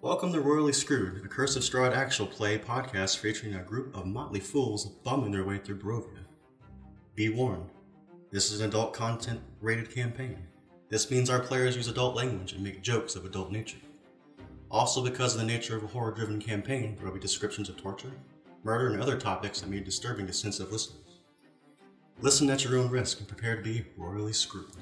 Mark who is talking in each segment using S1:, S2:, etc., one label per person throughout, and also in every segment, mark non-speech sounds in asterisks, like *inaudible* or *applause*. S1: Welcome to Royally Screwed, a Curse of Strahd actual play podcast featuring a group of motley fools bumming their way through Barovia. Be warned, this is an adult content rated campaign. This means our players use adult language and make jokes of adult nature. Also, because of the nature of a horror driven campaign, there will be descriptions of torture, murder, and other topics that may be disturbing to sensitive listeners. Listen at your own risk and prepare to be royally screwed.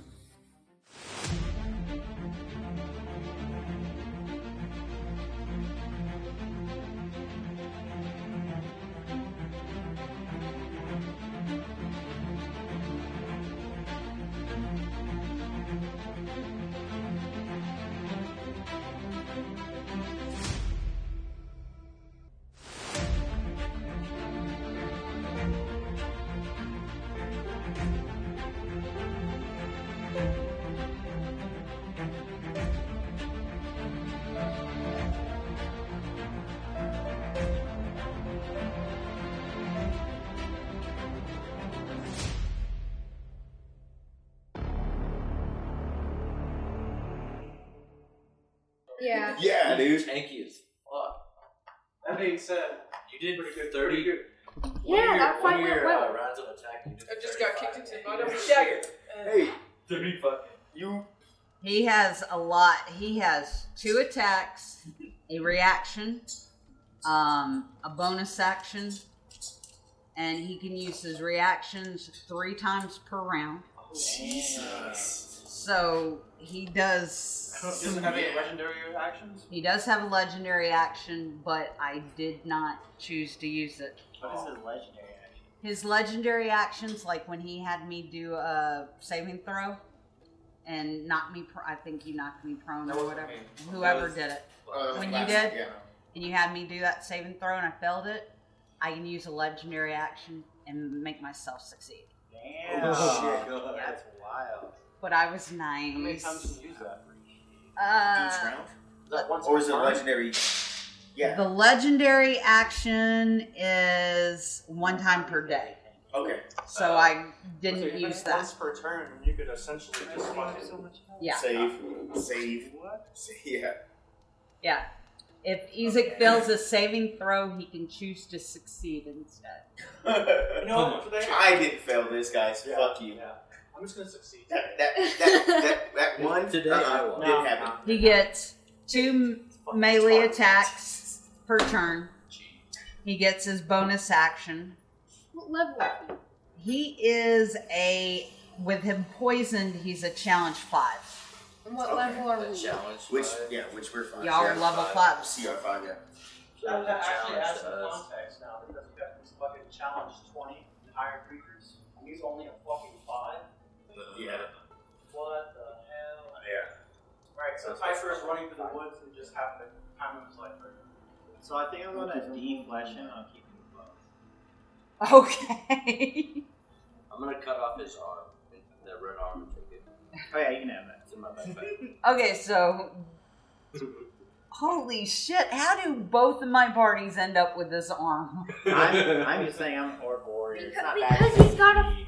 S2: Yeah.
S3: Yeah, dude.
S4: tanky as fuck.
S5: That being said,
S4: You did
S5: pretty good.
S4: thirty.
S5: Pretty good.
S4: one of
S2: Yeah,
S4: your-
S2: that
S4: one
S2: fight
S4: of
S2: went
S4: your,
S2: well.
S4: Uh, rounds of attack. You did
S6: I just got kicked
S4: 35.
S6: into the bottom of a dagger. Uh,
S3: Hey,
S5: Thirty fucking.
S3: you.
S7: He has a lot. He has two attacks, a reaction, um, a bonus action, and he can use his reactions three times per round.
S5: Jesus.
S7: So he
S5: He
S7: does.
S5: doesn't have any legendary actions.
S7: He does have a legendary action, but I did not choose to use it.
S4: What is his legendary action?
S7: His legendary actions, like when he had me do a saving throw and knocked me, pr- I think you knocked me prone
S5: That
S7: or
S5: wasn't
S7: whatever.
S5: me.
S7: Whoever
S5: That was-
S7: did it.
S3: Uh,
S7: When you
S3: last-
S7: did?
S3: Yeah.
S7: and you had me do that saving throw and I failed it, I can use a legendary action and make myself succeed.
S4: Damn.
S3: Oh,
S4: That's wild.
S7: But I was
S5: How many
S7: nice.
S5: times did you use that?
S3: Each
S7: Uh,
S3: round?
S5: Is that once
S3: Or is
S5: per
S3: it
S5: turn?
S3: legendary? Yeah.
S7: the legendary action is one time per day,
S3: Okay.
S7: so I
S5: Oh. So
S7: didn't
S5: even
S7: use
S5: Once
S7: that.
S5: per turn, you could essentially just fucking.
S7: Yeah,
S3: Save. Save. Save. *laughs* Yeah.
S7: yeah. If Ezek fails a saving throw, he can choose to succeed instead.
S5: You know
S3: *laughs*
S5: what? For that-
S3: I didn't fail this, guys.
S5: Yeah.
S3: Fuck you.
S5: Yeah. I'm just gonna succeed.
S3: That that that that,
S7: *laughs*
S3: that one
S4: Today
S3: uh-uh,
S4: I won.
S3: didn't
S5: No,
S3: happen.
S5: no.
S7: He gets two
S5: Fuck,
S7: melee
S5: it's fine.
S7: attacks per turn. He gets his bonus action.
S2: What level are you?
S7: He is a with him poisoned. He's a challenge five.
S2: And what
S3: Okay,
S2: level are
S4: That
S2: we?
S4: challenge.
S3: Which
S4: five.
S3: yeah, which we're fine.
S7: Y'all
S3: yeah.
S7: are level
S4: five.
S7: fives.
S3: CR five. Yeah.
S5: That, that actually
S4: Challenge
S5: adds some
S4: us.
S5: context now because you got this fucking challenge twenty and higher creatures, and he's only a fucking five.
S3: Yeah.
S5: What the hell?
S3: Yeah.
S5: Right, so Typhor is running through the woods and just happened to time of his life right
S8: So I think I'm gonna D flesh him on keeping the close.
S7: Okay. *laughs*
S4: I'm gonna cut off his arm, the red arm, and take it.
S8: Oh yeah, you can have that.
S4: It's in my backpack.
S7: okay, so holy shit! How do both of my parties end up with this arm?
S8: I'm, I'm just saying I'm an orc warrior. It's not
S2: Because-
S8: bad.
S2: because he's got a-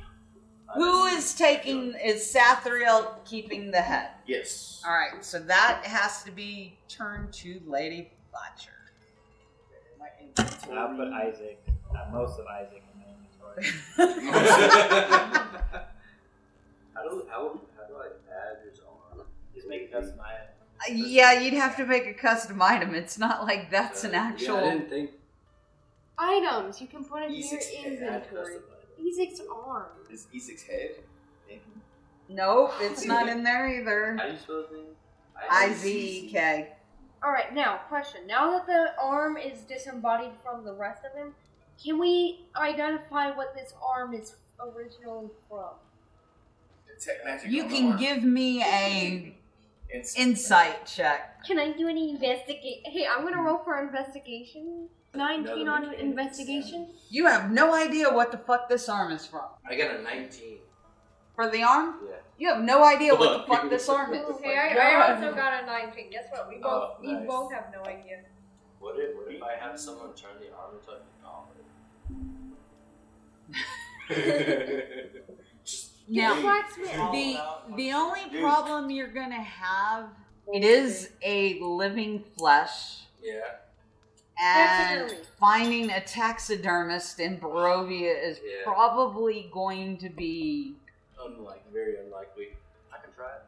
S3: *laughs*
S7: Who is taking? Is Sathriel keeping the head?
S3: Yes.
S7: All right, so that has to be turned to Lady Fletcher.
S8: I put Isaac, uh, most of Isaac in my inventory.
S4: How do how, how do I add his arm?
S8: Just make it custom item.
S7: yeah, you'd have to make a custom item. It's not like that's an
S4: Uh, yeah,
S7: actual.
S4: I didn't think.
S2: Items you can put in your
S3: Ezek's head.
S2: inventory. Ezek's arm.
S3: Is Ezek's E head?
S7: Nope, it's not in there
S4: *laughs*
S7: either.
S4: How do you spell his name?
S7: I Z E K.
S2: All right, now question. Now that the arm is disembodied from the rest of him, can we identify what this arm is originally from?
S3: Detect magic
S7: You
S3: on the
S7: can
S3: arm.
S7: give me a
S3: It's-
S7: insight check.
S2: Can I do any investigate? Hey, I'm gonna roll for investigation. Nineteen
S4: Another
S2: on
S4: mechanic,
S2: investigation.
S7: You have no idea what the fuck this arm is from.
S4: I got a 19.
S7: For the arm,
S4: Yeah.
S7: you have no idea
S4: Hold
S7: what
S4: on,
S7: the fuck
S4: give me
S7: this
S4: a
S7: arm is.
S4: second.
S2: Okay, I, I also got a nineteen. Guess what? We both
S4: Oh,
S2: we
S4: nice.
S2: both have no idea.
S4: What if, what if I have someone turn the arm into a dollar?
S7: Now,
S2: Blacksmith.
S7: the the only
S3: Dude.
S7: problem you're gonna have it is a living flesh,
S4: Yeah.
S7: And
S2: Taxidermy.
S7: finding a taxidermist in Barovia is
S4: Yeah.
S7: probably going to be.
S4: Unlike, very unlikely.
S5: I can try it.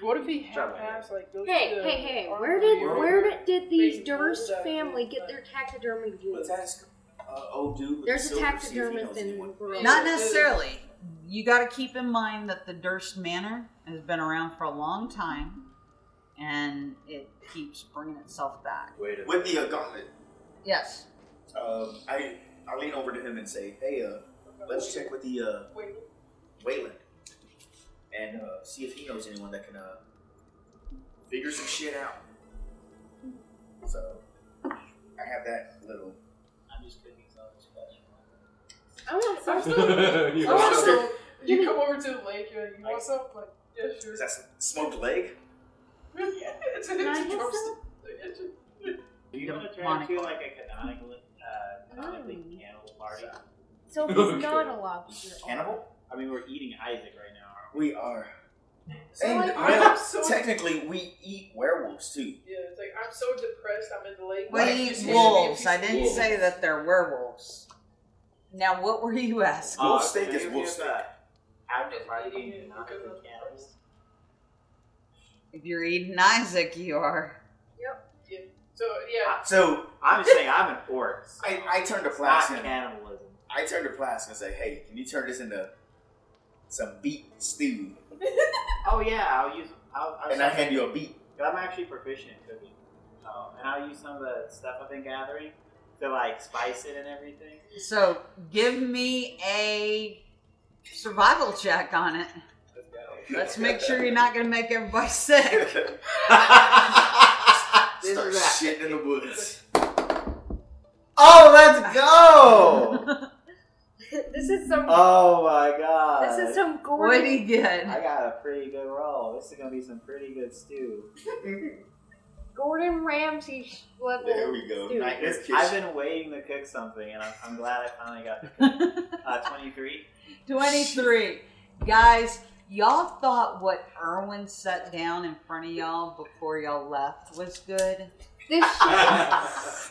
S6: What if he
S8: Try my
S6: half-ass like goes
S2: Hey,
S6: to the
S2: hey, hey!
S6: armory
S2: Where did
S6: or-
S2: where did, did these
S6: Big
S2: Durst
S6: bulldog
S2: family
S6: dude,
S2: get
S6: like-
S2: their taxidermy
S3: Let's
S2: goods?
S3: ask uh, old dude. With
S2: There's
S3: the
S2: a
S3: silver, see if he
S2: taxidermist
S3: knows anyone.
S2: in Barovia.
S7: Not necessarily. You got to keep in mind that the Durst Manor has been around for a long time, and it keeps bringing itself back.
S4: Wait a minute.
S3: With the uh, gauntlet,
S7: Yes.
S3: um, I I lean over to him and say, "Hey, uh, let's check with the uh,
S6: Wait,
S3: Wayland and uh, see if he knows anyone that can uh, figure some shit out." So I have that little.
S8: I'm just cooking some of this flesh.
S2: I want
S3: *laughs*
S6: I'm
S2: some.
S6: still-
S4: You
S6: I want
S3: lost
S6: some-
S2: Give me-
S6: You come over to the lake and you want some? Like, yeah, sure.
S3: Is that s- smoked leg?
S6: *laughs* it's
S2: Can
S6: an
S2: I
S6: empty
S2: have
S6: drumstick. Like, it's a-
S8: Do you want to turn
S7: Demonic.
S8: into like a canonical, uh, canonically
S2: Mm.
S8: cannibal party?
S2: So he's not allowed to hear all.
S3: Cannibal?
S8: I mean, we're eating Isaac right now. aren't we?
S3: We are.
S6: So,
S3: And
S6: like,
S3: I-
S6: I'm so
S3: Technically, we eat werewolves too.
S6: Yeah, it's like I'm so depressed. I'm in the lake.
S7: We
S3: Why
S6: Like,
S7: eat
S6: just-
S7: wolves. I didn't
S4: wolves.
S7: say that they're werewolves. Now, what were you asking?
S3: Wolf
S8: Uh,
S3: steak
S8: can
S3: is
S8: you
S3: wolf
S8: give
S3: steak.
S8: that After
S6: Just
S8: party,
S6: eating it because
S8: canonically
S6: of-
S8: cannibals.
S7: If you're eating Isaac, you are.
S6: So yeah,
S3: So
S8: I'm just saying, I'm an orc. so
S3: I, I turned to
S8: it's not
S3: Flask and
S8: cannibalism.
S3: I turned to Flask and said, "Hey, can you turn this into some beet stew?"
S8: Oh yeah, I'll use. I'll, I'll
S3: And I hand you a
S6: *laughs*
S3: beet.
S8: But I'm actually proficient in cooking. Um, and I'll use some of the stuff I've been gathering to like spice it and everything.
S7: So, give me a survival check on it.
S8: Let's go.
S7: Let's make sure you're not going to make everybody sick.
S6: This
S3: Start
S6: is that.
S3: shitting in the
S6: *laughs*
S3: woods.
S8: *laughs* Oh, let's go!
S2: *laughs*
S8: *laughs*
S2: this is some.
S3: Uh,
S8: oh my god!
S2: this is some
S7: What do
S2: gory.
S7: you get? *laughs*
S8: I got a pretty good roll. This is gonna be some pretty good stew.
S2: Gordon Ramsay sh- level.
S3: There we go.
S2: stew.
S3: Night is
S8: I've
S3: kitchen.
S8: been waiting to cook something, and I'm, I'm glad I finally got to cook. Uh, *laughs* 23.
S7: 23. Guys, y'all thought what Erwin set down in front of y'all before y'all left was good?
S3: *laughs*
S2: This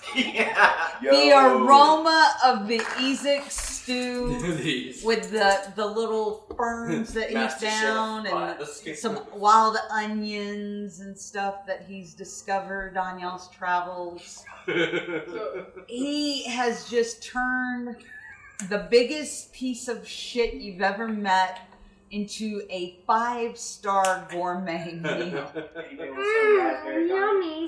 S2: shit.
S8: yeah.
S3: Yo.
S7: The aroma of the Isaac stew
S4: *laughs* These.
S7: with the the little ferns that he's
S4: Master Chef
S7: down and
S4: Flask.
S7: some wild onions and stuff that he's discovered on y'all's travels.
S6: *laughs* so
S7: He has just turned the biggest piece of shit you've ever met into a five star gourmet meal.
S8: Anyway, with some
S2: Mm,
S8: raspberry garlic.
S2: yummy.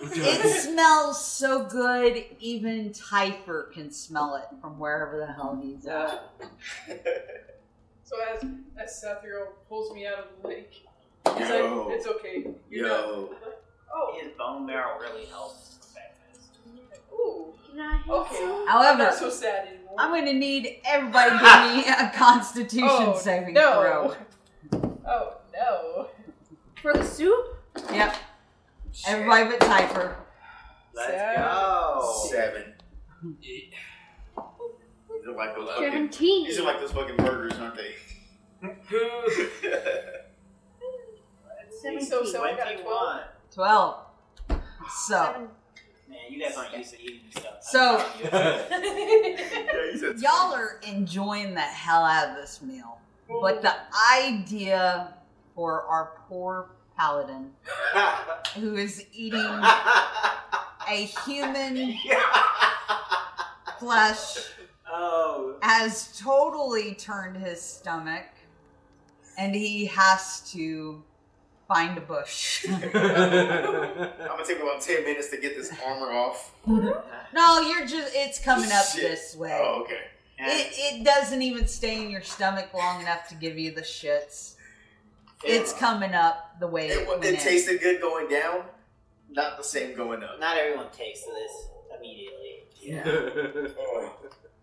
S3: *laughs*
S7: It
S6: *laughs*
S7: smells so good, even Typher can smell it from wherever the hell he's at.
S6: so as as Seth Hero pulls me out of the lake, he's
S3: Yo.
S6: like, "It's okay, you're not."
S3: Yo.
S6: Oh,
S8: His bone marrow really helps perfect this.
S6: ooh,
S2: Can I have
S6: Okay.
S2: some?
S6: I'm
S7: However,
S6: not so sad anymore.
S7: I'm gonna need everybody give me
S6: *laughs*
S7: a Constitution
S6: Oh,
S7: saving
S6: no. *laughs* Oh no. *laughs*
S2: For the soup?
S7: throw. Yep, everybody but Typher.
S8: Let's
S6: Sad. Oh,
S8: go.
S3: Oh, Seven. These are like those fucking.
S2: Seventeen.
S3: These are like those fucking burgers, aren't they?
S6: *laughs*
S2: Seventeen.
S6: So, so I got a 12.
S8: 21.
S7: Twelve. So
S2: Seven.
S8: Man, you guys aren't used to eating stuff.
S7: So-
S8: I'm telling
S3: yeah, you said
S7: y'all are enjoying the hell out of this meal, but the idea for our poor paladin who is
S3: *laughs*
S7: eating a human flesh
S8: oh,
S7: has totally turned his stomach and he has to find a bush. *laughs*
S3: I'm gonna take about ten minutes to get this armor
S7: *laughs*
S3: off.
S7: no, you're just it's coming up
S3: Shit.
S7: this way.
S3: Oh, okay.
S8: and
S7: It, it doesn't even stay in your stomach long enough to give you the shits. It's coming up the way it,
S3: It, wa-
S7: went
S3: it
S7: in.
S3: tasted good going down, not the same going up.
S8: not everyone takes to this immediately.
S3: Yeah.
S4: *laughs*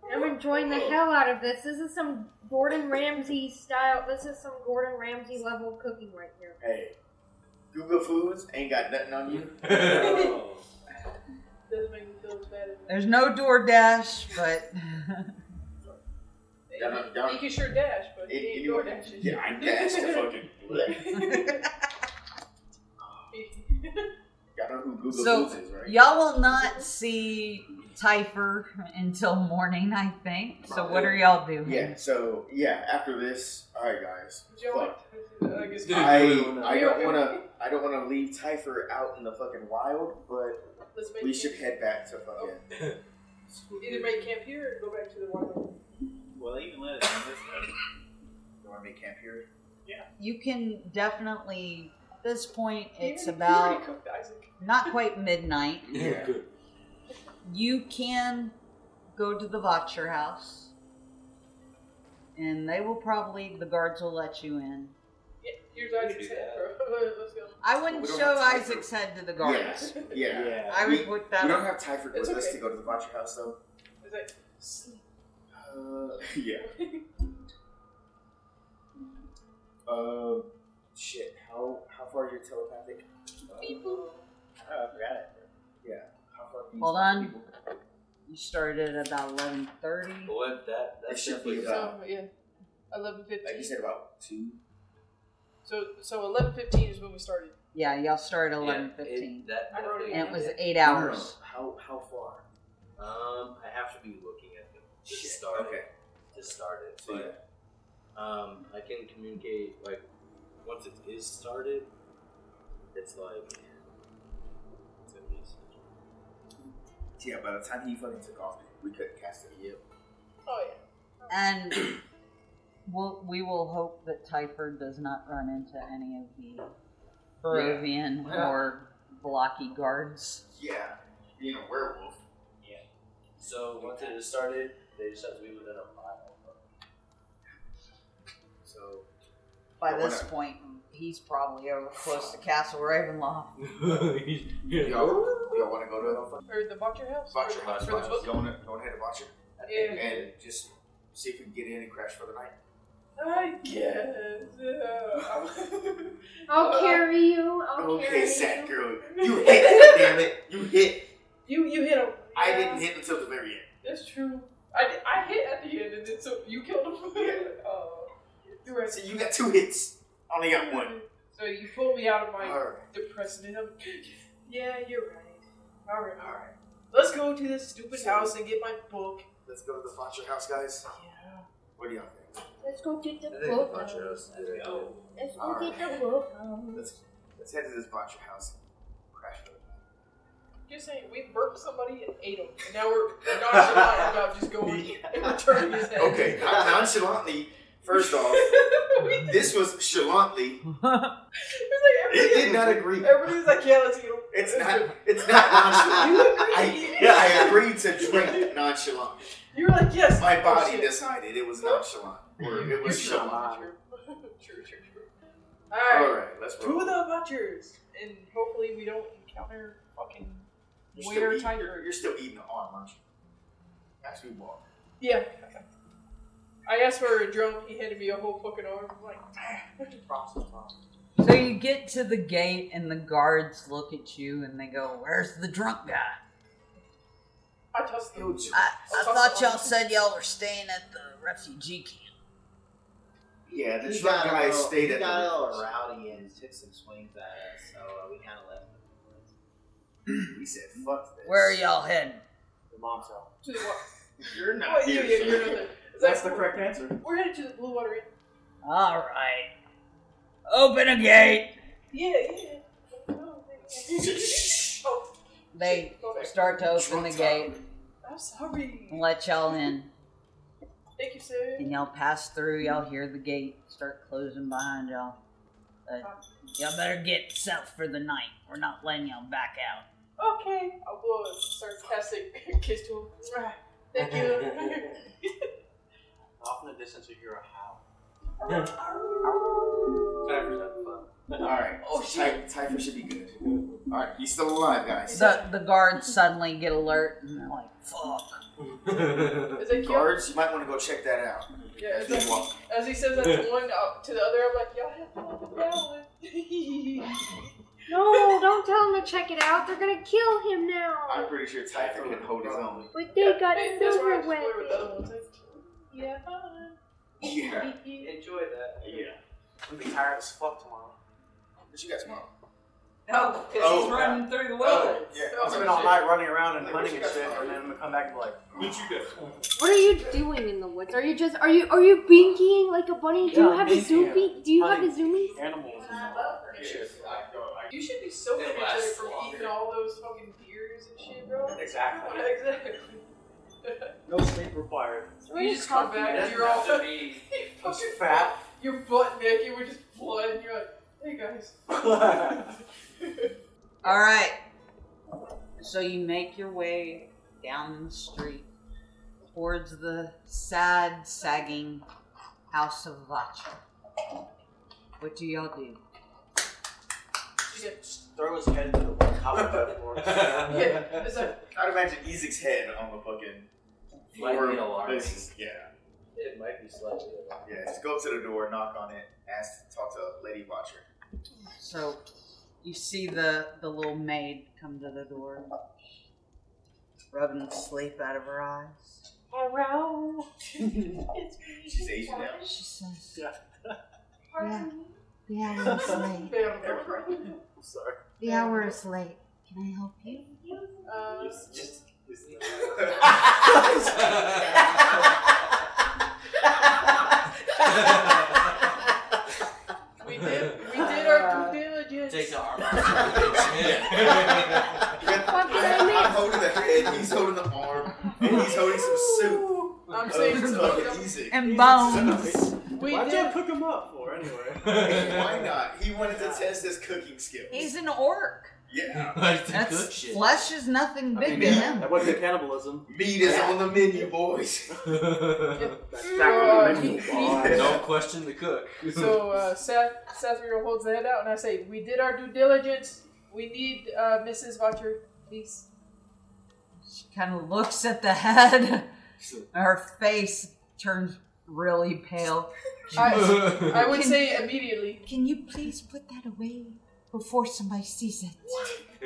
S3: Oh.
S2: I'm enjoying the hell out of this. This is some Gordon Ramsay style. This is some Gordon Ramsay level cooking right here.
S3: Hey, Google Foods ain't got nothing on you.
S6: Doesn't make me feel as bad as
S7: There's no DoorDash, but *laughs*
S6: Hey,
S3: Dun, dun, dun.
S6: He can sure dash, but he
S3: It-
S6: ain't
S3: you-
S6: door dashing.
S3: Yeah, I *laughs* dashed the fucking.
S6: fucking.
S3: Got know who Google
S7: So,
S3: Boots is, right?
S7: Y'all will not see Typher until morning, I think. So what are y'all doing?
S3: Yeah. So yeah, after this, all right, guys.
S6: Would y'all like to- I guess
S4: Dude,
S3: I
S4: you really wanna-
S3: I don't want to I don't want to leave Typher out in the fucking wild, but Oh.
S6: let's make
S3: we
S6: camp-
S3: should head back to fucking.
S6: either make camp here or go back to the water.
S8: Well, even let us in this way.
S3: You want to make camp here?
S7: You can definitely. At this point, it's
S6: You already
S7: about
S6: cooked, Isaac.
S7: not quite midnight.
S3: Yeah.
S4: Good.
S7: You can go to the Votcher house, and they will probably the guards will let you in.
S6: Yeah, here's
S4: can
S6: Isaac's
S4: do
S6: head,
S4: that.
S6: bro. *laughs* Let's go.
S7: I wouldn't
S3: We don't
S7: show
S3: have Typher.
S7: Isaac's head to the guards.
S3: Yes. *laughs* Yeah.
S7: I would
S3: We-
S7: put
S3: We
S7: that.
S3: don't have Typher with
S6: It's
S3: us
S6: okay.
S3: to go to the Butcher House though. *laughs*
S6: Isaac, sleep.
S3: Uh, yeah. Um. Shit. How how far is your telepathic? Uh,
S8: Oh, I forgot it.
S3: how far can you
S7: Hold
S3: talk to
S7: on.
S3: people?
S7: You started at about eleven thirty.
S4: Boy, that
S3: It
S4: that
S3: should
S4: definitely
S3: be
S4: is
S3: about-
S6: So, yeah. Eleven
S3: Like you
S6: fifteen.
S3: said, about two.
S6: So, so eleven fifteen is when we started.
S7: Yeah, y'all started at
S4: Yeah,
S7: eleven
S4: it-
S7: fifteen,
S4: That
S6: I wrote it
S4: definitely-
S7: and it was
S4: yeah.
S7: eight
S3: No, no, no.
S7: hours.
S3: How how far?
S4: Um, I have to be looking at the to
S3: Shit,
S4: start it-
S3: Okay.
S4: to start it,
S3: So,
S4: but um, I can communicate like once it is started, it's like it's gonna be
S3: Yeah, by the time he fucking took off, we couldn't cast it. Yep.
S6: Oh
S7: And we'll, we will hope that Typhord does not run into any of the Barovian
S4: Yeah.
S7: or blocky guards.
S3: Yeah. Being a werewolf.
S4: So once it is started, they just have to be within a mile.
S3: So
S7: By
S3: Yeah,
S7: this
S3: whatever.
S7: point, he's probably over close to Castle Ravenloft.
S3: y'all, y'all want to go to the
S6: yeah. Or the Butcher House.
S3: Butcher House?
S6: For the book?
S3: Y'all want to go ahead to Butcher
S6: Yeah.
S3: and just see if we can get in and crash for the night.
S6: I guess. Yeah. *laughs*
S2: I'll
S6: Uh,
S2: carry you. I'll carry
S3: Okay, sad
S2: you.
S3: girl. You hit. damn it. You hit.
S6: you you hit him.
S3: I didn't hit until the very end.
S6: That's true. I, di- I hit at the end, and then so you killed him. *laughs*
S3: Yeah.
S6: Oh, you're right.
S3: So you got two hits. I only got one.
S6: So you pulled me out of my
S3: Alright.
S6: depression. I'm, *laughs* yeah, you're right. All right, all right. Let's go to this stupid house and get my book.
S3: Let's go to the Butcher House, guys.
S6: Yeah.
S3: What do y'all think?
S2: Let's go get the
S4: I think the
S2: book.
S4: Butcher House is a good idea.
S2: Let's go
S3: Alright.
S2: get the book. um.
S3: Let's let's head to this Butcher House. and Crash for the night.
S6: Just saying, we burnt somebody and ate him, and now *laughs* we're nonchalant about just
S3: *laughs*
S6: going and returning his head.
S3: Okay, I nonchalantly. First
S6: *laughs*
S3: off, this was chalantly.
S6: It's like
S3: It
S6: everybody-
S3: did not agree.
S6: Everybody's like, yeah, let's get him.
S3: It's
S6: Let's
S3: not.
S6: do it.
S3: It's not nonchalant.
S6: You
S3: *laughs* I,
S6: agree.
S3: yeah, I agreed to drink nonchalant.
S6: You're like, yes.
S3: My
S6: oh,
S3: body
S6: shit.
S3: decided it was nonchalant, or it was
S6: You're
S3: chalant. *laughs*
S6: True, true, true. true.
S3: All
S6: All right.
S3: right, let's
S6: To
S3: roll.
S6: the butchers, and hopefully we don't encounter fucking
S3: You're still,
S6: weird
S3: eating,
S6: tiger.
S3: you're, you're still eating the arm, aren't you? As we walk.
S6: Yeah. I asked for a drunk, he handed me a whole fucking arm. I'm like, "Ah."
S3: Props is props.
S7: *laughs* So you get to the gate, and the guards look at you and they go, Where's the drunk guy?
S6: I trust
S3: Yo,
S6: you.
S3: Ju-
S7: I, I thought y'all said y'all were staying at the refugee camp.
S3: Yeah, the
S8: He
S3: drunk
S8: got
S3: guy
S8: all-
S3: stayed
S8: he
S3: at
S8: got all
S3: the.
S8: rowdy and took some swings at us, so uh, we kind of left.
S3: He said, "Fuck this."
S7: Where are y'all heading?
S8: The mom's house.
S6: To the water.
S3: You're not
S6: Well, yeah,
S3: here.
S6: yeah,
S3: sir.
S6: you're not there. It's
S3: That's the
S6: like,
S3: correct answer.
S6: We're headed to the Blue Water Inn.
S7: All right. Open a gate.
S6: Yeah, yeah.
S3: *laughs*
S6: No, thank you. oh,
S7: They start to open the
S3: Drunk
S7: gate
S3: time.
S6: I'm sorry.
S7: and let y'all in.
S6: Thank you, sir.
S7: and y'all pass through. Y'all hear the gate start closing behind y'all. But y'all better get set for the night. We're not letting y'all back out.
S6: Okay. I'll blow a sarcastic *laughs* kiss to him. Thank you.
S8: Off in the distance, you hear a howl.
S4: Typhoon's having fun.
S3: All right.
S6: Oh,
S3: Ty- Typhoon should be good. All right, he's still alive, guys.
S7: The the guards suddenly get alert and they're like, "Fuck!"
S6: It's like, yeah.
S3: Guards, you might want to go check that out.
S6: yeah
S3: As
S6: it's
S3: we
S6: like,
S3: walk.
S6: As he says that to one, uh, to the other, I'm like, y'all have fun with that one.
S2: No, don't tell them to check it out. They're gonna kill him
S3: I'm
S2: now.
S3: pretty sure Typhoon can hold his own.
S2: But they got
S6: Hey, That's where I
S2: silver
S6: was playing with the
S2: weapons.
S6: other ones. Like, yeah, fine.
S3: *laughs* Yeah.
S8: Enjoy that.
S3: Yeah.
S8: I'm gonna be tired as fuck tomorrow.
S3: What you got tomorrow?
S9: No, because
S8: Oh,
S9: he's running through the
S3: Oh,
S9: woods.
S3: yeah.
S8: I've been all night running around and hunting and shit, and then I'm gonna come back and be like,
S3: Would you guys?
S2: What are you doing in the woods? Are you just are you are you binkying like a bunny? Do you
S8: Yeah,
S2: have a
S8: binky.
S2: zoopy? Do you have a zoomie?
S8: animals. and shit.
S6: You should be so
S3: It
S6: injured
S3: lasts
S6: from
S3: longer.
S6: eating all those fucking beers and shit, bro.
S8: Exactly.
S6: exactly.
S8: No sleep required.
S6: you just come back and you're *laughs* all
S3: be.
S6: fucking
S8: Fat.
S6: Your butt naked with just blood, and you're like, hey guys.
S7: All right. So you make your way down the street towards the sad, sagging house of Vacha. What do y'all do?
S8: Just throw his head into the copper *laughs* floor.
S6: Yeah, it's like,
S3: I'd imagine Ezek's head on the fucking floor.
S9: be alarming.
S3: This is- yeah,
S4: It might be slightly. alarming.
S3: yeah. Just go up to the door, knock on it, ask, talk to Lady Watcher.
S7: So you see the, the little maid come to the door, rubbing the sleep out of her eyes.
S2: Hello.
S3: She's Asian now.
S7: She says,
S2: Pardon me.
S7: The hour is late.
S6: bam,
S8: I'm sorry.
S7: The hour is late. Can I help you?
S6: Uh,
S8: Just, just,
S3: *laughs*
S8: just.
S6: we did, we did our due diligence.
S9: Take the arm off.
S2: Fuck did I
S3: I'm
S2: miss?
S3: holding the head, he's holding the arm, and he's holding some soup. Oh,
S6: I'm saying
S3: it's fucking Ezek.
S7: And
S3: bones.
S6: we
S8: Why'd y'all
S6: did.
S8: cook him up for anyway?
S3: Why not? He wanted to test his cooking skills.
S7: um, He's an orc.
S3: yeah.
S9: Like to cook
S7: That's
S9: shit.
S7: flesh is nothing big to him.
S8: That wasn't cannibalism.
S3: Meat is on the menu, boys.
S9: *laughs*
S8: That's
S6: Uh,
S8: sacrilege.
S6: he- he-
S9: Don't question the cook.
S6: *laughs* so uh, Seth, Seth Riddle holds the head out, and I say, "We did our due diligence. We need uh, Mrs. Watcher, please."
S7: She kind of looks at the head. Her face turns really pale.
S9: *laughs*
S6: I, I would
S7: Can-
S6: say immediately.
S7: Can you please put that away before somebody sees it?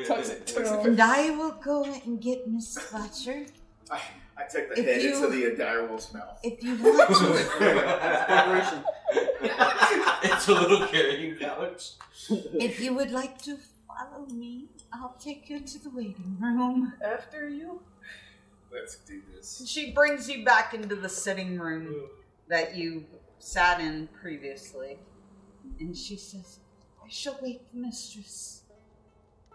S6: Tucks it, tucks it.
S7: And I will go and get Miss Fletcher.
S3: I, I took the
S7: If
S3: head
S7: you-
S3: into the direwolf's mouth.
S7: If you want
S3: *laughs*
S7: to,
S8: Corporation.
S9: it's a little carrying pouch.
S7: if you would like to follow me, I'll take you to the waiting room.
S6: After you?
S3: Let's do this.
S7: She brings you back into the sitting room that you sat in previously. And she says, I shall wait the mistress.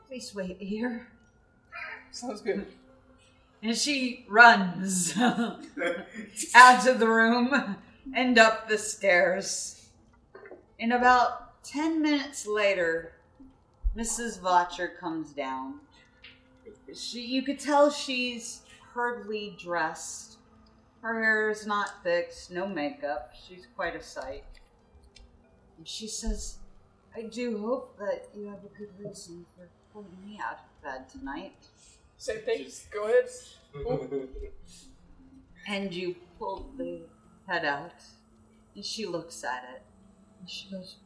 S7: Please wait here.
S6: Sounds good.
S7: And she runs *laughs* out of the room and up the stairs. And about 10 minutes later, Mrs. Votcher comes down. She, you could tell she's hurriedly dressed. Her hair is not fixed, no makeup. She's quite a sight. And she says, I do hope that you have a good reason for pulling me out of bed tonight.
S6: Same thing. Go ahead.
S7: and you pull the head out, and she looks at it, and she goes,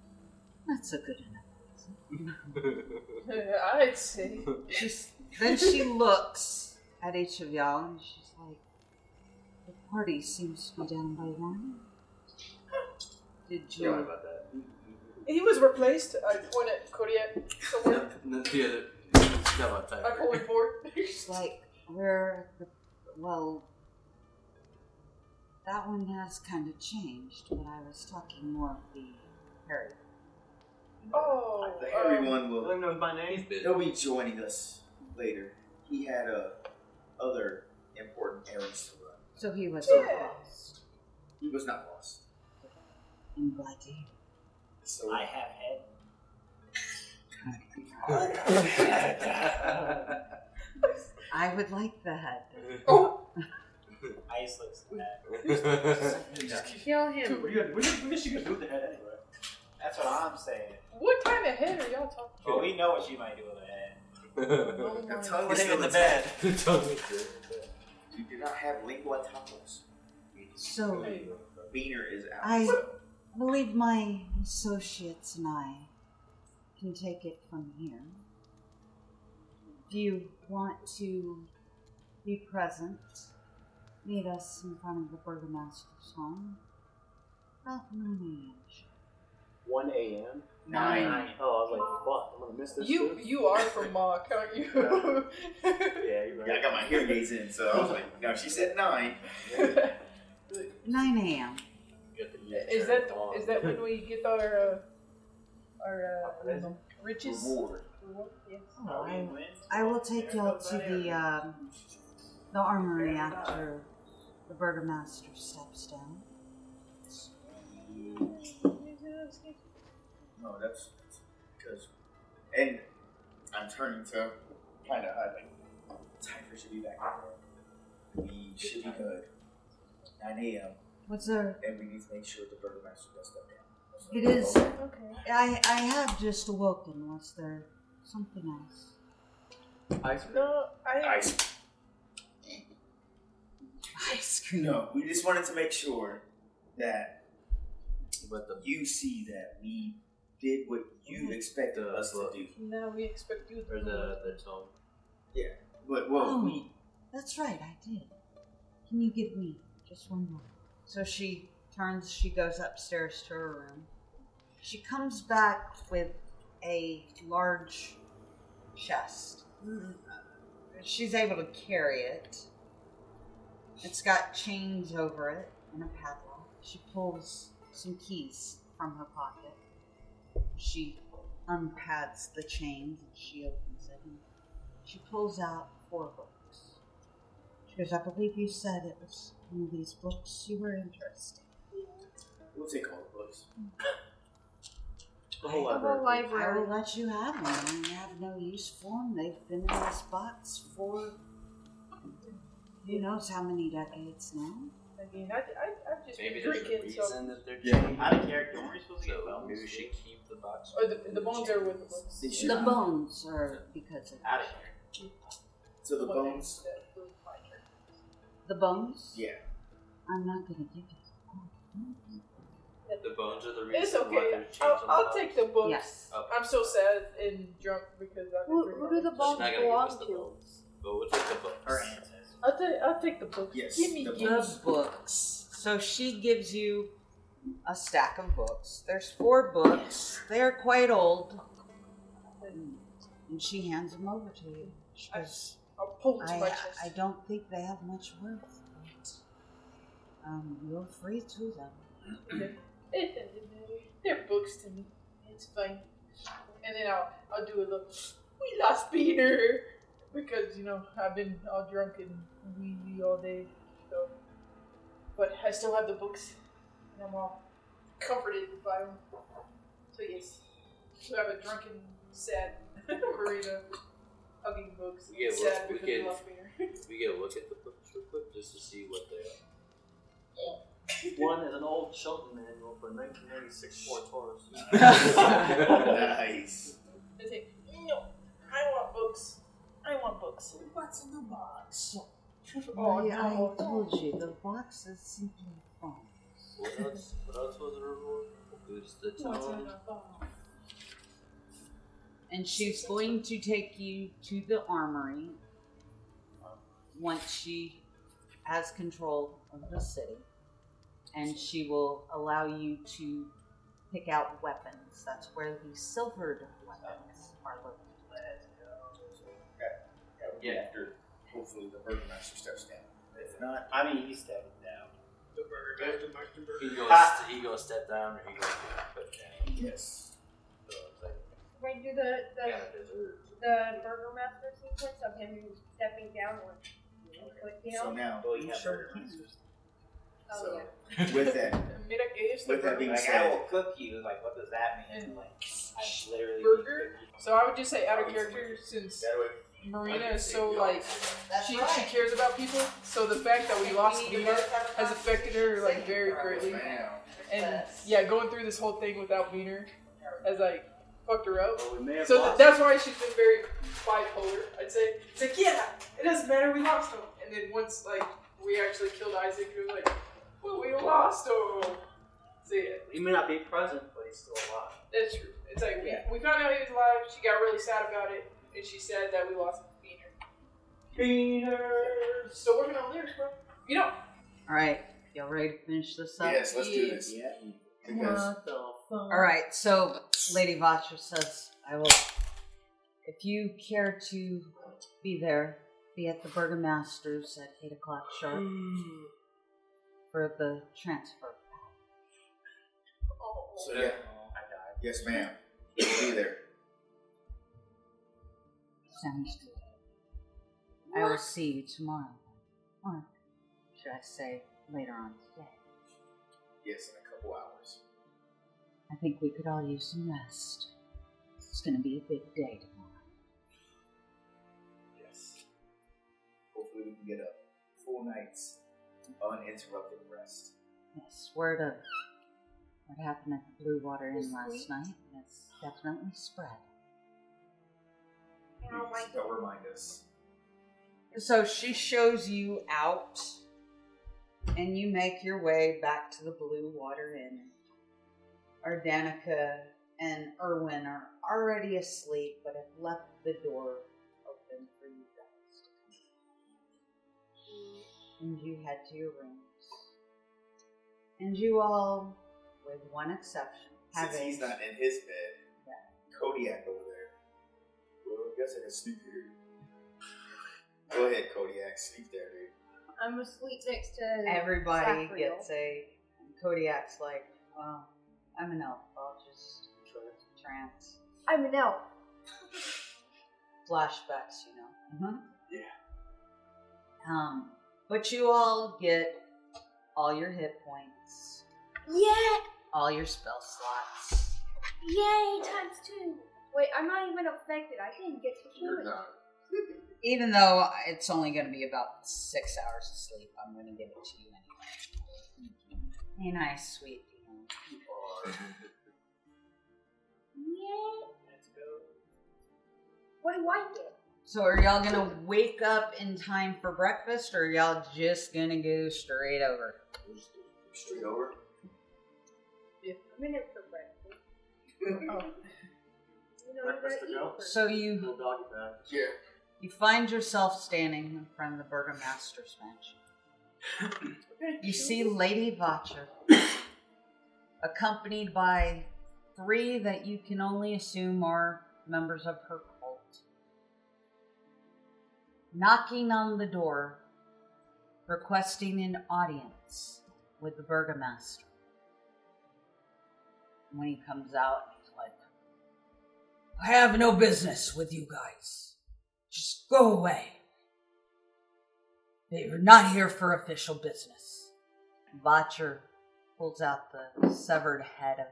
S7: "That's a good enough."
S6: *laughs* I'd say.
S7: She's, then she looks at each of y'all, and she's like, "The party seems to be down by one." Did
S4: Sorry
S7: you?
S4: about that.
S6: He was replaced. I point at Kodiak somewhere.
S9: No, the other. That one
S6: I pull him forward.
S7: She's like, "We're at the well." That one has kind of changed, but I was talking more of the Harry.
S6: Oh.
S3: The
S6: um,
S3: hairy one
S8: I
S3: will.
S8: don't know my name.
S9: *laughs*
S3: He'll be joining us later. He had uh, other important errands to run.
S7: So he was not
S6: Yeah.
S7: lost.
S3: He was not lost.
S7: I'm glad to hear.
S3: So
S8: I have head.
S7: *laughs* I would like the head.
S6: oh,
S8: Ice looks bad.
S2: Kill him.
S8: What are you gonna, what are you, what is she gonna do with the head anyway? That's what I'm saying.
S6: What kind of head are y'all talking
S8: Well, we know what she might do with the head.
S6: about?
S3: the
S6: Oh
S3: tongue
S8: Put
S3: is
S8: him
S3: still
S8: in the
S3: intact.
S8: bed.
S3: You do not have lingua tacos.
S7: So.
S6: my- Hey,
S3: Beaner is out.
S7: I-
S3: so.
S7: I believe my associates and I can take it from here. If you want to be present, meet us in front of the burgomaster's home. About 9 a.m.
S10: 1 a.m.
S3: Nine.
S10: Oh, I was like, fuck, I'm gonna miss this.
S6: You
S10: shit.
S6: you are from Mock, aren't you?
S10: Yeah, you're
S3: I
S10: right.
S3: got my hearing aids in, so I was like, no, she said nine.
S7: 9 a.m.
S6: is that is
S9: *laughs*
S6: that when we get our uh, our uh, riches?
S3: Reward.
S6: Reward? Yes.
S7: Oh, I, I will take y'all to the um, the armory after the burgomaster steps down.
S3: No, that's because, and I'm turning to kind of hide. Like, Typhus should be back. in there. We should be good. 9 a.m.
S7: What's there?
S3: And we need to make sure the burgomaster does step down.
S7: It is.
S2: Okay.
S7: I I have just awoken. Was there something else?
S10: Ice cream.
S6: No, I
S3: Ice.
S7: Ice cream.
S3: No, we just wanted to make sure that
S4: But the
S3: you see that we did what
S7: Mm-hmm.
S3: you expected
S4: The-
S3: us to
S4: look.
S3: do.
S6: now we expect you
S4: or
S6: to.
S4: the the tongue.
S3: But well,
S7: Oh.
S3: we
S7: That's right. I did. Can you give me just one more? So she turns. She goes upstairs to her room. She comes back with a large chest. She's able to carry it. It's got chains over it and a padlock. She pulls some keys from her pocket. She unpads the chains and she opens it. And she pulls out four books. She goes, I believe you said it was one of these books you were interested
S3: we'll take all the books.
S10: The whole
S2: The whole
S10: library.
S7: in. I
S2: library.
S7: will let you have them. I have no use for them. They've been in this box for who knows how many decades now.
S6: I mean, I, I, I'm just
S9: Maybe there's a
S6: drinking, so.
S9: reason that they're
S3: Yeah.
S9: changing.
S8: Out of character, weren't we supposed to get
S9: So
S8: bones?
S9: maybe we should keep the box.
S6: Or the, the bones are with the books.
S3: They should
S7: The
S3: be.
S7: bones are because of
S8: Out of here.
S3: So the
S6: What they
S3: bones.
S6: said for Finder.
S7: the bones.
S3: Yeah.
S7: I'm not gonna give it. Oh,
S9: The bones are the reason
S6: It's
S9: why
S6: okay.
S9: they're changing
S6: I'll,
S9: the
S6: I'll
S9: box.
S6: take the books.
S7: Yes.
S9: Okay.
S6: I'm so sad and drunk because I've been
S2: Who,
S6: drinking
S2: who
S6: all
S2: do the
S6: day.
S9: She's
S2: bones
S9: not gonna give
S2: belong
S9: us the
S2: to?
S9: bones, but we'll take the books.
S8: Her ancestors.
S6: I'll take I'll take the books.
S3: Yes,
S6: give me
S3: the
S6: give me.
S7: The books. So she gives you a stack of books. There's four books. They're quite old. And she hands them over to you. She
S6: I-
S7: goes,
S6: I'll pull it to my
S7: I, uh,
S6: chest.
S7: I don't think they have much worth, but um, you're free to them.
S6: It doesn't matter. They're books to me. It's fine. And then I'll I'll do a little. We lost Peter because you know I've been all drunk and wheezy all day. So, but I still have the books, and I'm all comforted by them. So yes, we have a drunken, sad *laughs* Marina hugging books.
S4: Yeah, well,
S6: sad
S4: we
S6: because
S4: can-
S6: we lost *laughs* Peter.
S4: We get a look at the books real quick just to see what
S9: *laughs*
S4: they are.
S10: One is an old Shelton manual for 1996 Ford Taurus.
S3: nice.
S6: I say, no, I want books. I want books.
S7: What's in the box?
S6: Oh,
S7: I,
S6: no.
S7: I told you, the box is simply fun.
S4: What else? what else was there? before? There's the
S6: What's in
S4: tongue.
S6: the box?
S7: And she's going to take you to the armory once she has control of the city. And she will allow you to pick out weapons. That's where the silvered weapons are located.
S3: That would be after hopefully the burgomaster steps down. If not,
S8: I mean, he's stepping down.
S3: the burgomaster.
S9: *laughs* He goes,
S8: Ah.
S9: he goes step down or he goes get put down.
S3: Yes.
S9: So it's like,
S2: Wait, do the the,
S9: yeah, dessert. *laughs*
S2: the burger master sequence of him stepping downward. Like, you know,
S3: So now,
S9: Well, you have
S7: Sure.
S9: burger masters.
S2: oh,
S3: so
S2: yeah.
S3: with that,
S6: Mira que es the
S3: With that
S6: burger.
S3: being
S8: Like,
S3: said-
S8: I will cook you. Like, what does that mean? Like, I literally.
S6: Burger?
S8: cook you.
S6: So I would just say out of character since
S3: that way,
S6: Marina is so like she, she cares about people. So the fact that we lost Peter has affected her like very greatly.
S3: now
S6: And yeah, going through this whole thing without Wiener has like fucked her up.
S8: Well, we may have
S6: So th-
S8: lost
S6: that's why she's been very bipolar. I'd say it's like yeah, it doesn't matter. We lost him. And then once like we actually killed Isaac, we were like, well, we lost him. So yeah.
S8: He may not be present, but he's still alive.
S6: That's true. It's like we, we found out he was alive. She got really sad about it, and she said that we lost Beaner. Beaner. Still working on lyrics, bro. You know,
S7: Alright, y'all ready to finish this up?
S3: Yes, let's do this.
S8: Yeah.
S3: Because
S10: the fuck?
S7: All right, so Lady Vatra says, "I will, if you care to be there, be at the Burgomaster's at eight o'clock sharp for the transfer."
S3: So yeah, yes, ma'am. Be there.
S7: Sounds good. I will see you tomorrow, or should I say later on today?
S3: Yes, in a couple hours.
S7: I think we could all use some rest. It's going to be a big day tomorrow.
S3: Yes. Hopefully, we can get a full night's uninterrupted rest.
S7: Yes, word of what happened at the Blue Water Inn last night has definitely spread.
S2: Oh
S3: Please don't remind us.
S7: So she shows you out, and you make your way back to the Blue Water Inn. Our Danica and Erwin are already asleep, but have left the door open for you guys. And you head to your rooms. And you all, with one exception, have
S3: Since
S7: a-
S3: he's not in his bed, Kodiak over there. Well, I guess I can sleep here. Go ahead, Kodiak. Sleep there, dude.
S2: I'm asleep next to
S7: Everybody
S2: Sacriel.
S7: gets a. and Kodiak's like, well, I'm an elf. I'll just trance.
S2: I'm an elf.
S7: Flashbacks, you know. Mm-hmm.
S3: Yeah.
S7: Um, but you all get all your hit points,
S2: Yeah.
S7: all your spell slots.
S2: Yay! Times two. Wait, I'm not even affected. I didn't get to do it.
S7: Even though it's only going to be about six hours of sleep, I'm going to give it to you anyway. And I sweet. you know, people.
S2: Yay! What do I get?
S7: So are y'all gonna wake up in time for breakfast, or y'all just gonna go straight over?
S3: Straight over.
S2: A minute for *laughs* breakfast. You know,
S10: Oh. Breakfast to
S2: you gotta
S10: go?
S2: eat first.
S7: So you
S10: Little doggy bag.
S3: Yeah.
S7: you find yourself standing in front of the burgomaster's mansion. You see Lady Vacher, *coughs* accompanied by three that you can only assume are members of her cult, knocking on the door, requesting an audience with the burgomaster. When he comes out, he's like, I have no business with you guys. Just go away. They're not here for official business. Vacher pulls out the severed head of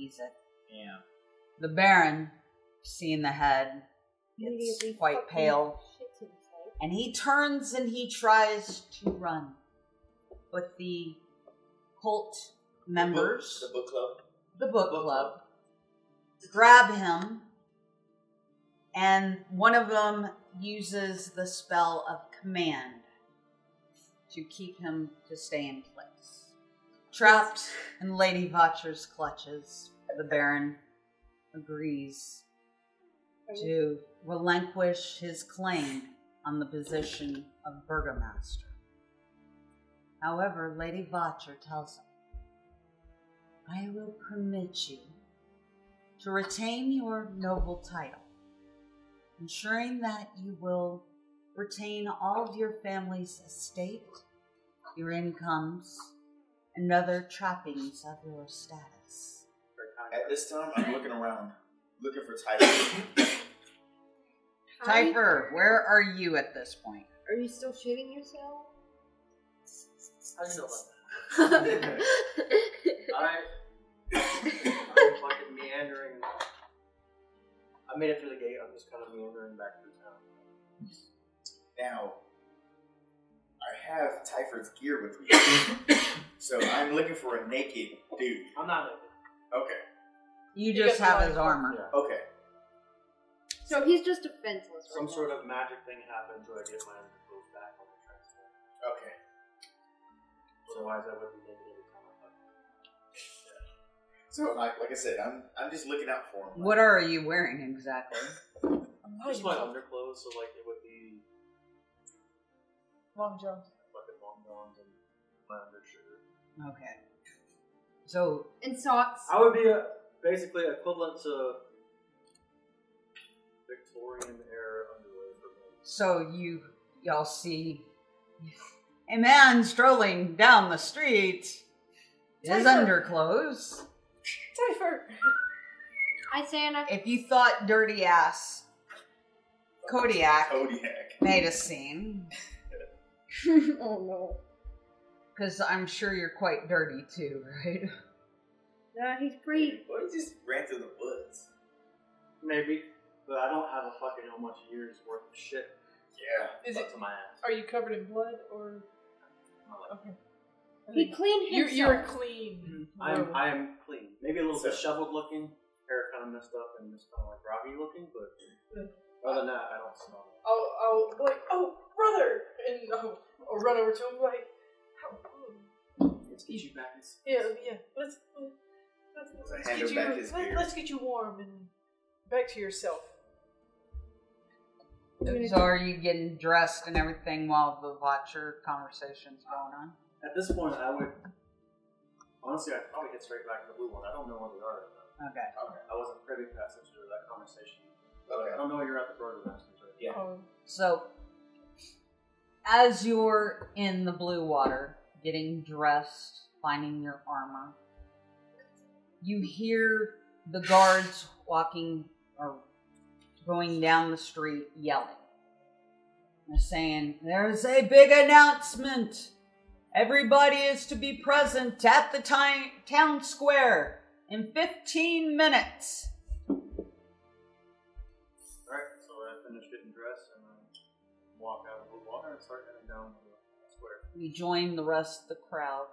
S7: Izek.
S8: Yeah.
S7: The Baron, seeing the head, gets
S2: Immediately
S7: quite
S2: fucking
S7: pale,
S2: shits himself.
S7: and he turns and he tries to run. But the cult members
S3: The book club.
S7: the book club, grab him, and one of them uses the spell of command to keep him to stay in place. Trapped in Lady Vacher's clutches, the Baron agrees to relinquish his claim on the position of burgomaster. However, Lady Vacher tells him, I will permit you to retain your noble title, ensuring that you will retain all of your family's estate, your incomes, and other trappings of your status.
S3: At this time, I'm looking around, looking for Tyler.
S7: Typher, where are you at this point?
S2: Are you still shitting yourself?
S10: How do you know about that? *laughs*
S2: Wait,
S10: I, I'm fucking meandering. I made it through the gate. I'm just kind of meandering back through town.
S3: *coughs* now, I have Tyford's gear with me, *coughs* so I'm looking for a naked dude.
S10: I'm not naked.
S3: Okay.
S7: You
S6: You
S7: just
S6: got
S7: have
S6: the
S7: his
S6: armor.
S7: armor.
S10: Yeah.
S3: Okay.
S2: *laughs* so he's just defenseless.
S10: Some sort of magic thing happens where I get my clothes back on the transport.
S3: Okay.
S10: Otherwise, I would be naked every time I fucking.
S3: So, like, like I said, I'm I'm just looking out for him.
S7: What are you wearing exactly?
S10: Just my underclothes, so like it would be
S6: Long John.
S10: fucking long johns and my undershirt.
S7: Okay. So
S2: And socks.
S10: I would be a, basically equivalent to Victorian era underwear for me.
S7: so you y'all see a man strolling down the street. His underclothes.
S6: Typher.
S2: Hi, Santa.
S7: If you thought dirty ass Kodiak
S3: Kodiak.
S7: made a scene,
S2: *laughs* oh no.
S7: because I'm sure you're quite dirty too, right?
S2: Nah, he's pretty.
S3: Boy, he just ran through the woods.
S10: Maybe, but I don't have a fucking how much years worth of shit
S3: Yeah.
S6: Is
S10: up
S6: it-
S10: to my ass.
S6: Are you covered in blood or? Okay.
S2: He cleaned
S6: You're,
S2: himself.
S6: you're clean.
S10: I am I am clean. Maybe a little
S3: So-
S10: disheveled looking, hair kind of messed up and just kind of like groggy looking, but other than that, I don't smell.
S6: I'll, I'll like, oh, brother, and I'll, I'll run over to him like, how,
S10: Let's get you back. It's,
S6: yeah, yeah, let's let's, let's
S3: Hand
S6: get
S3: him
S6: you
S3: back his
S6: let,
S3: beard.
S6: let's get you warm and back to yourself.
S7: So are you getting dressed and everything while the Watcher conversation's going on?
S10: At this point, I would honestly, I'd probably hit straight back to the blue one. I don't know where we are.
S7: Okay.
S10: I wasn't privy to that to that conversation.
S3: Okay.
S10: I don't know where you're at the broader masters. Right?
S3: Yeah.
S6: Oh,
S7: So, as you're in the blue water, getting dressed, finding your armor, you hear the guards walking or going down the street yelling. They're saying, There's a big announcement! Everybody is to be present at the ti- town square in 15 minutes.
S10: All right. So I finish getting dressed and then walk out of the water and start heading down the square.
S7: we join the rest of the crowd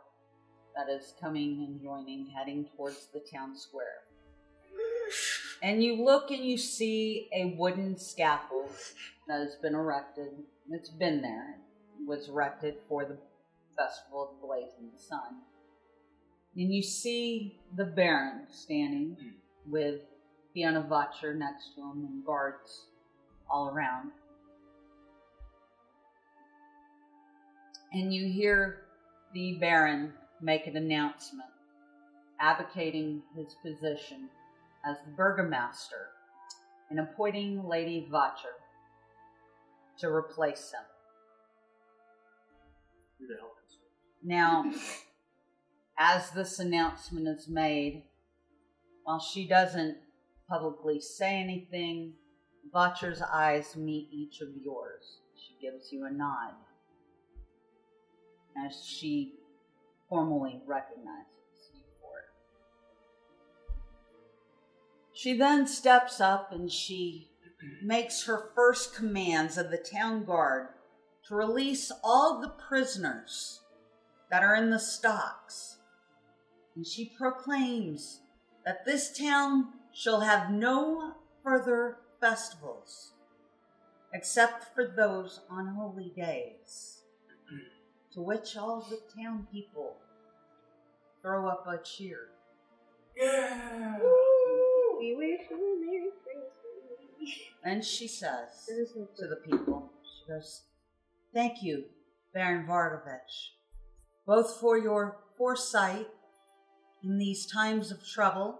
S7: that is coming and joining, heading towards the town square. And you look and you see a wooden scaffold that has been erected. It's been there. It was erected for the festival of the blazing sun. And you see the Baron standing with Fiona Vacher next to him and guards all around. and you hear the Baron make an announcement advocating his position as the burgomaster and appointing Lady Vacher to replace him.
S10: Who the hell is it?
S7: Now, as this announcement is made, while she doesn't publicly say anything, Vacher's eyes meet each of yours. She gives you a nod as she formally recognizes you for it. She then steps up and she makes her first commands of the town guard to release all the prisoners that are in the stocks. And she proclaims that this town shall have no further festivals except for those on holy days, to which all the town people throw up a cheer.
S2: We wish you a Merry Christmas.
S7: And she says
S2: *laughs* This is so
S7: to the people, she goes, Thank you, Baron Vardovich, both for your foresight in these times of trouble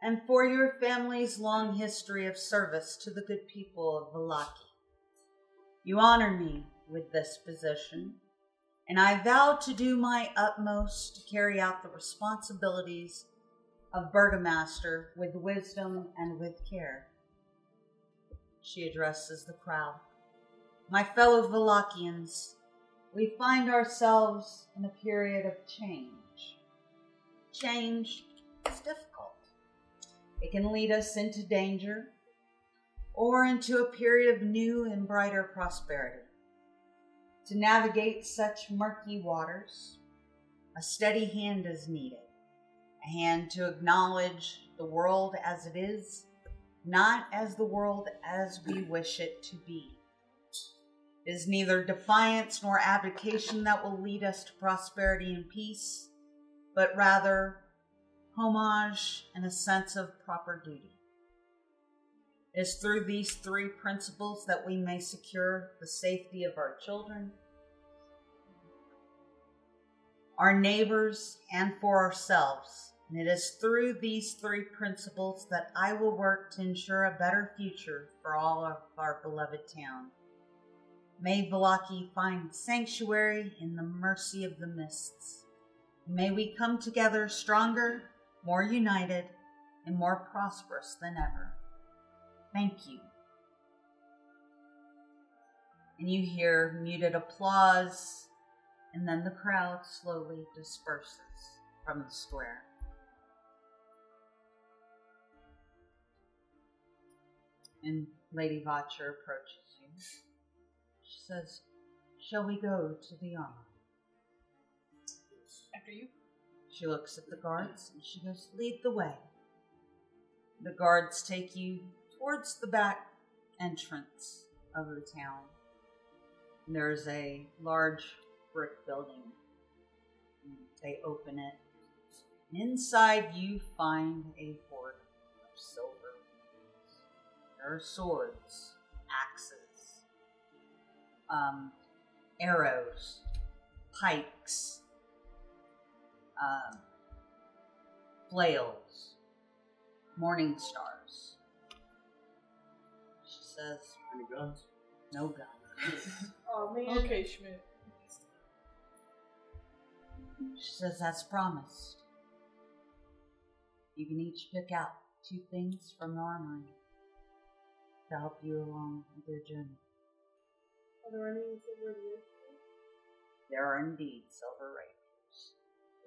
S7: and for your family's long history of service to the good people of Valaki. You honor me with this position, and I vow to do my utmost to carry out the responsibilities of burgomaster with wisdom and with care she addresses the crowd. My fellow Valachians, we find ourselves in a period of change. Change is difficult. It can lead us into danger or into a period of new and brighter prosperity. To navigate such murky waters, a steady hand is needed, a hand to acknowledge the world as it is not as the world as we wish it to be. It is neither defiance nor abdication that will lead us to prosperity and peace, but rather homage and a sense of proper duty. It is through these three principles that we may secure the safety of our children, our neighbors, and for ourselves. And it is through these three principles that I will work to ensure a better future for all of our beloved town. May Velaki find sanctuary in the mercy of the mists. May we come together stronger, more united, and more prosperous than ever. Thank you. And you hear muted applause, and then the crowd slowly disperses from the square. And Lady Vacher approaches you. She says, Shall we go to the armory?
S6: After you.
S7: She looks at the guards and she goes, Lead the way. The guards take you towards the back entrance of the town. There's a large brick building. They open it. Inside, you find a hoard of silver. There are swords, axes, um, arrows, pikes, um, flails, morning stars. She says,
S10: Any guns?
S7: No guns.
S2: Oh man.
S6: Okay, Schmidt.
S7: she says, That's promised. You can each pick out two things from the armory to help you along with your journey.
S2: Are there any silver rings?
S7: There are indeed silver rangers.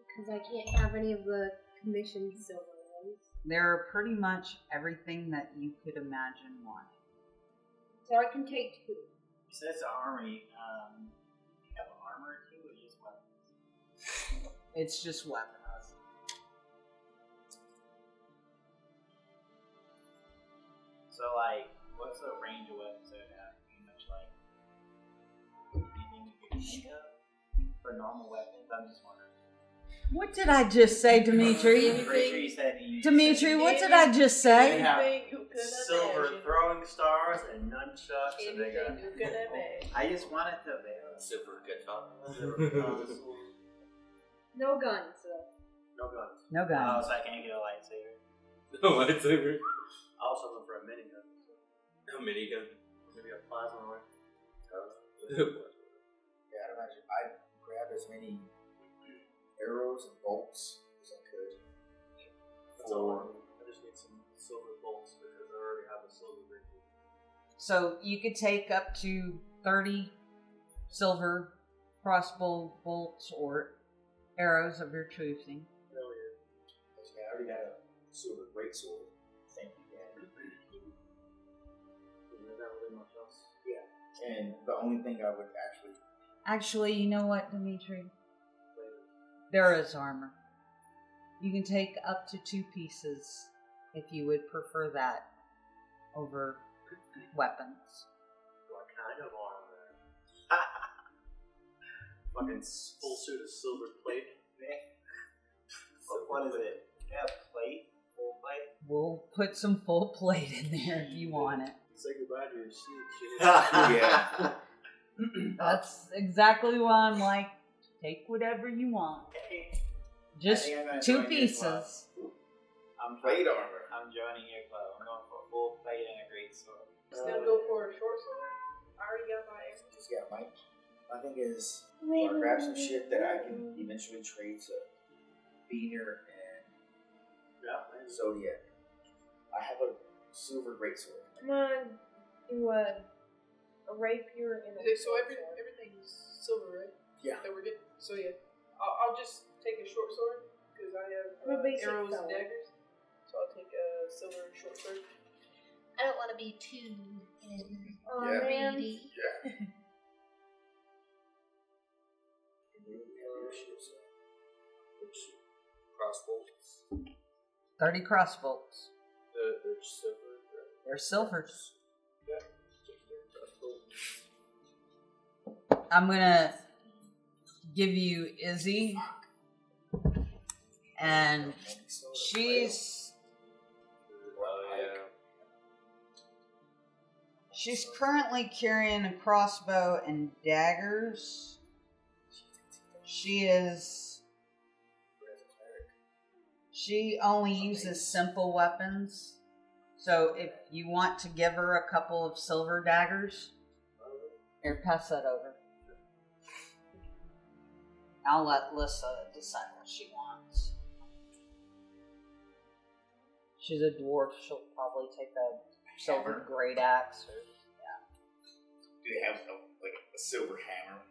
S2: Because I can't have any of the commissioned silver ones.
S7: They're pretty much everything that you could imagine wanting.
S2: So I can take two.
S8: It says armory. Um, do you have armor too, or just weapons?
S7: It's just weapons.
S8: So like, what's the range of weapons that have? Pretty much like anything you can think of for normal weapons. I'm just wondering.
S7: What did I just
S8: *laughs*
S7: say,
S8: I'm
S7: Dimitri?
S8: pretty sure you said you-
S7: Dimitri, what did I just say?
S10: Yeah.
S6: Anything you could
S10: Silver
S6: imagine.
S10: throwing stars and nunchucks, and they got
S6: Anything you
S3: *laughs*
S6: could imagine.
S8: I just wanted to. Avail.
S9: Silver
S10: silver
S9: guitar.
S10: guns.
S2: No guns, though.
S10: No guns.
S7: No
S8: Oh, so
S7: guns.
S8: I can't get a lightsaber.
S9: no lightsaber.
S10: I was hoping for a minigun.
S9: No minigun.
S10: Maybe a plasma one.
S3: Yeah, I'd imagine I grabbed as many arrows and bolts as I could.
S10: That's all I need. I just need some silver bolts because I already have a silver ring.
S7: So you could take up to 30 silver crossbow bolts or arrows of your choosing.
S3: Earlier, I already got a silver greatsword. Thank you, Dad.
S10: There's not really much else.
S3: And the only thing I would actually
S7: Actually, you know what, Dimitri? There is armor. You can take up to two pieces if you would prefer that over weapons.
S10: What kind of armor? *laughs* Fucking s- full suit of silver plate. *laughs*
S8: What one is it? Yeah, plate, full
S7: *laughs*
S8: plate.
S7: We'll put some full plate in there if you want it.
S10: Say goodbye to
S3: *laughs*
S10: your sneak
S3: Yeah.
S7: That's exactly why I'm like, take whatever you want. Just
S8: think I'm gonna
S7: two
S8: join you as well.
S7: pieces.
S8: I'm
S3: plate
S8: joining-
S3: armor.
S8: I'm joining your club. I'm going for a full plate and a great sword.
S6: Let's now go for a short sword. I already got my arrow.
S3: Uh, Just got my. My thing is, I grab some shit that I can eventually trade to Beaner and
S10: Yeah, man.
S3: Zodiac. I have a silver greatsword.
S2: I'm gonna do a, a rapier and a
S6: Okay, so
S2: short
S6: every,
S2: sword.
S6: everything is silver, right?
S3: Yeah.
S6: That we're getting. So yeah, I'll, I'll just take a short sword because I have
S2: We're
S6: uh,
S2: basic
S6: arrows and
S2: fellow.
S6: daggers. So I'll take a silver short sword.
S11: I don't want to be too in
S2: Oh
S3: Yeah.
S2: man.
S11: greedy.
S3: Yeah.
S9: Crossbows.
S7: 30 crossbolts.
S9: The the silver.
S7: They're silvers.
S9: Crossbows.
S7: I'm gonna give you Izzy, and she's
S9: Oh yeah.
S7: she's currently carrying a crossbow and daggers. She is She only uses simple weapons. So if you want to give her a couple of silver daggers, here, pass that over. I'll let Lissa decide what she wants. She's a dwarf. She'll probably take a silver great axe. Or, yeah,
S3: Do they have a, like a silver hammer?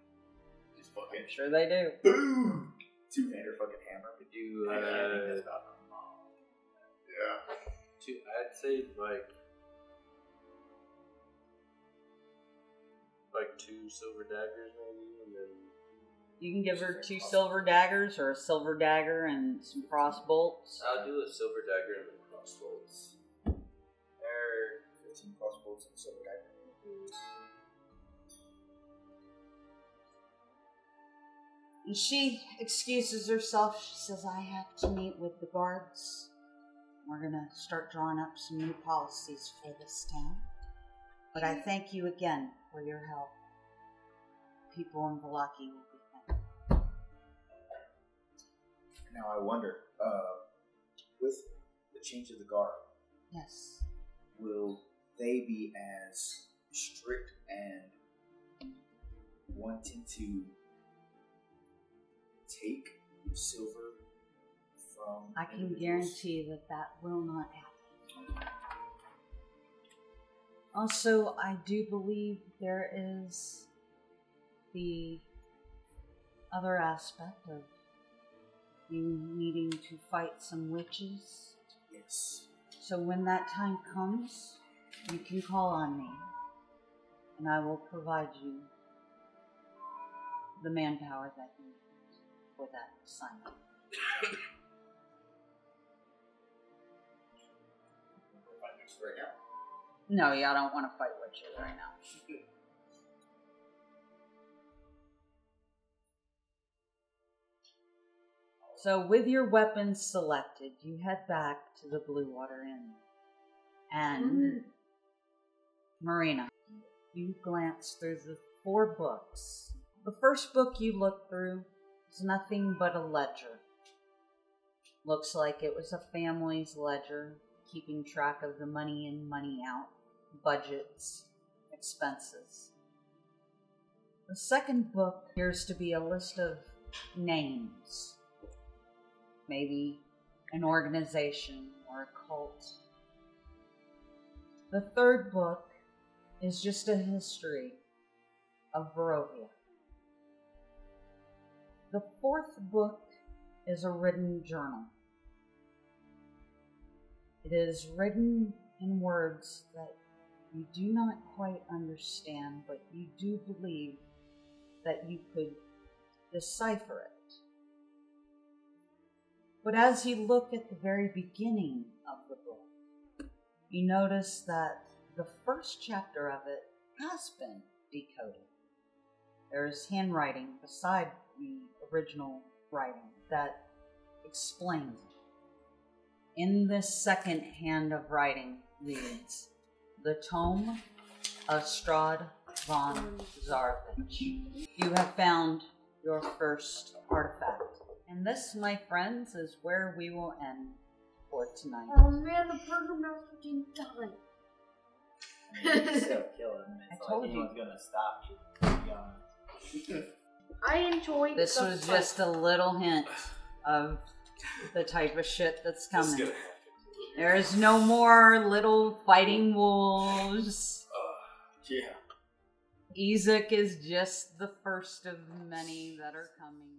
S3: Just fucking
S7: I'm sure they do.
S3: boom, two hander fucking hammer.
S4: Could you,
S3: Yeah, I think that's
S4: uh,
S3: about Yeah.
S4: two, I'd say like, like two silver daggers maybe, and then
S7: You can give her two silver daggers or a silver dagger and some cross bolts.
S4: I'll do a silver dagger and then crossbolts.
S3: There, fifteen crossbows and a silver dagger.
S4: Mm-hmm.
S7: And she excuses herself. She says, I have to meet with the guards. We're going to start drawing up some new policies for this town. But I thank you again for your help. People in Valaki will be thankful.
S3: Now I wonder, uh, with the change of the guard,
S7: Yes.
S3: will they be as strict and wanting to take silver from?
S7: I can
S3: individuals?
S7: guarantee that that will not happen. Also, I do believe there is the other aspect of you needing to fight some witches.
S3: Yes.
S7: So when that time comes, you can call on me, and I will provide you the manpower that you need for that assignment.
S3: We're finding this Right now.
S7: No, y'all don't want to fight witches right now. So, with your weapons selected, you head back to the Blue Water Inn. And, Marina, you glance through the four books. The first book you look through is nothing but a ledger. Looks like it was a family's ledger, keeping track of the money in, money out, budgets, expenses. The second book appears to be a list of names maybe an organization or a cult. The third book is just a history of Barovia. The fourth book is a written journal. It is written in words that you do not quite understand, but you do believe that you could decipher it. But as you look at the very beginning of the book, you notice that the first chapter of it has been decoded. There is handwriting beside the original writing that explains it. In this second hand of writing reads The Tome of Strad von Zarvich. You have found your first artifact. And this, my friends, is where we will end for tonight.
S2: Oh man, the programmer's freaking done.
S8: I mean, you still kill him. It's
S7: I
S8: like
S7: told you.
S8: anyone's gonna stop you. To be honest.
S2: I enjoyed
S7: This
S2: the
S7: was
S2: fight.
S7: just a little hint of the type of shit that's
S4: This is
S7: coming.
S4: gonna happen.
S7: There is no more little fighting wolves.
S4: Oh.
S3: Yeah.
S7: Ezek is just the first of many that are coming.